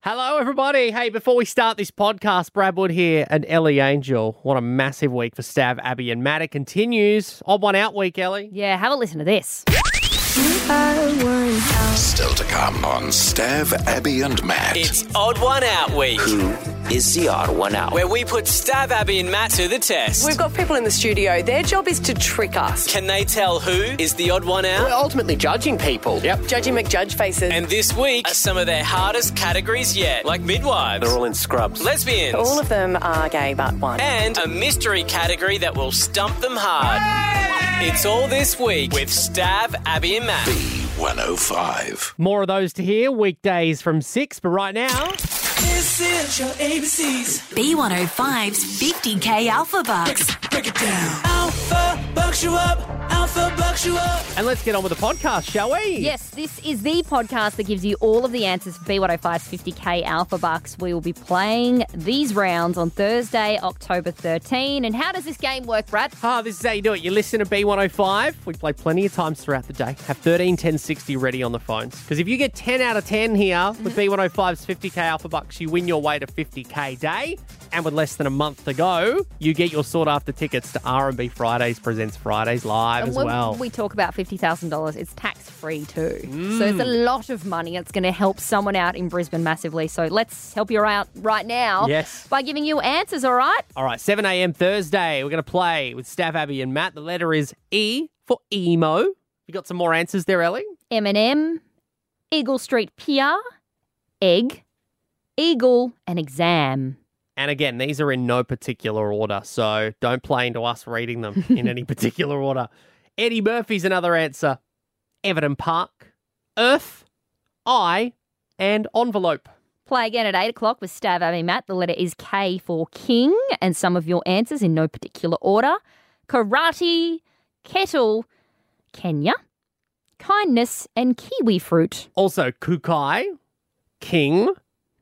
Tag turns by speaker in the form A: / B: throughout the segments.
A: Hello, everybody. Hey, before we start this podcast, Brad Wood here and Ellie Angel. What a massive week for Stav, Abby, and Matt. It continues. Odd one out week, Ellie.
B: Yeah, have a listen to this.
C: Still to come on Stav, Abby, and Matt.
D: It's Odd One Out Week,
E: is the odd one out.
D: where we put Stab Abby and Matt to the test.
F: We've got people in the studio. Their job is to trick us.
D: Can they tell who is the odd one out?
E: We're ultimately judging people. Yep.
F: Judgy McJudge faces.
D: And this week are some of their hardest categories yet, like midwives,
E: They're all in scrubs.
D: lesbians,
F: all of them are gay but one.
D: and a mystery category that will stump them hard. It's all this week with Stab, Abby, and Matt.
C: B105.
A: More of those to hear weekdays from six, but right now,
G: B105's 50K Alpha Bucks.
A: and let's get on with the podcast, shall we?
B: Yes, this is the podcast that gives you all of the answers for B105's 50K Alpha Bucks. We will be playing these rounds on Thursday, October 13. And how does this game work, Brad?
A: Ah, this is how you do it. You listen to B105. We play plenty of times throughout the day. Have 13 10 60 ready on the phones. Because if you get 10 out of 10 here
B: Mm-hmm.
A: with B105's 50k Alpha Bucks, you win your way to 50k day. And with less than a month to go, you get your sought after tickets to R&B Fridays presents Fridays live as
B: when
A: well.
B: we talk about $50,000, it's tax free too. So it's a
A: Mm.
B: lot of money. It's going to help someone out in Brisbane massively. So let's help you out right now
A: Yes.
B: by giving you answers, all right?
A: All right, 7 a.m. Thursday, we're going to play with Staff Abby and Matt. The letter is E for emo. You got some more answers there, Ellie?
B: M&M, Eagle Street Pier, Egg, Eagle, and Exam.
A: And again, these are in no particular order, so don't play into us reading them in any particular order. Eddie Murphy's another answer. Everton Park, Earth, I, and Envelope.
B: Play again at 8 o'clock with Stav Abby Matt. The letter is K for King, and some of your answers in no particular order karate, kettle, Kenya, kindness, and kiwi fruit.
A: Also, Kukai, King,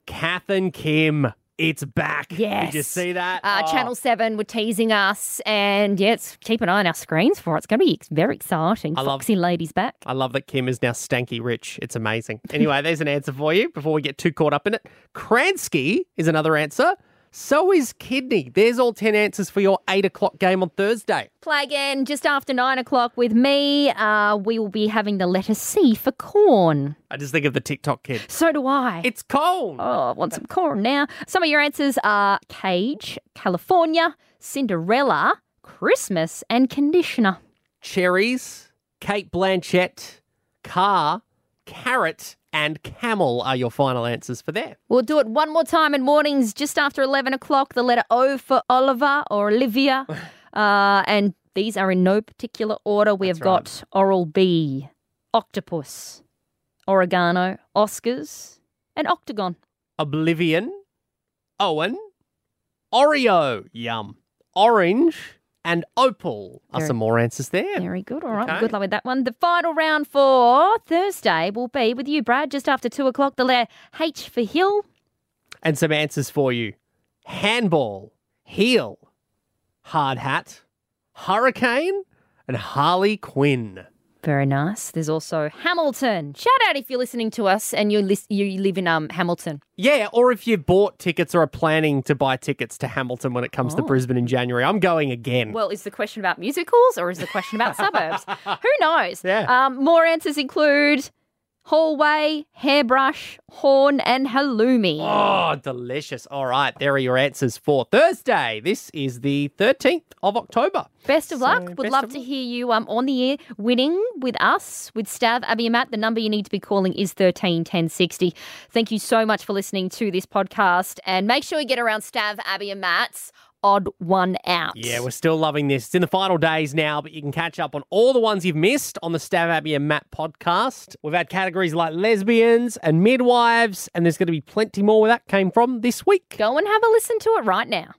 A: Kath and Kim. It's back. Did you
B: Yes.
A: see that?
B: Uh,
A: Oh.
B: Channel 7 were teasing us, and yeah, it's, keep an eye on our screens for it. It's going to be ex- very exciting.
A: I love-
B: Foxy Ladies back.
A: I love that Kim is now stanky rich. It's amazing. Anyway, there's an answer for you before we get too caught up in it. Kransky is another answer. So is kidney. There's all 10 answers for your 8 o'clock game on Thursday.
B: Play again just after 9 o'clock with me. Uh, we will be having the letter C for corn.
A: I just think of the TikTok kid.
B: So do I.
A: It's cold.
B: Oh, I want some corn now. Some of your answers are Cage, California, Cinderella, Christmas, and conditioner.
A: Cherries, Kate Blanchett, car, carrot, and camel are your final answers for there.
B: We'll do it one more time in mornings just after 11 o'clock. The letter O for Oliver or Olivia. Uh, and these are in no particular order. We have got Oral B, Octopus, Oregano, Oscars, and Octagon.
A: Oblivion, Owen, Oreo, yum, orange, and opal are
B: Very-
A: some more answers there.
B: Very good. All right. well,
A: Okay.
B: Good luck with that one. The final round for Thursday will be with you, Brad, just after two o'clock. The letter H for Hill,
A: and some answers for you handball, heel, hard hat, hurricane, and Harley Quinn.
B: Very nice. There's also Hamilton. Shout out if you're listening to us and you lis- you live in um Hamilton.
A: Yeah, or if you bought tickets or are planning to buy tickets to Hamilton when it comes to Brisbane in January, I'm going again.
B: Well, is the question about musicals or is the question about suburbs? Who knows?
A: Yeah.
B: Um, more answers include hallway, hairbrush, horn, and halloumi.
A: Oh, delicious. All right, there are your answers for Thursday. This is the 13th of October.
B: Best of luck. Would
A: best
B: love
A: of
B: to
A: luck.
B: hear you um, on the air winning with us, with Stav, Abby, and Matt. The number you need to be calling is 13 10 60. Thank you so much for listening to this podcast. And make sure you get around Stav, Abby, and Matt's odd one out.
A: Yeah, we're still loving this. It's in the final days now, but you can catch up on all the ones you've missed on the Stav Abbey and Matt podcast. We've had categories like lesbians and midwives, and there's going to be plenty more where that came from this week.
B: Go and have a listen to it right now.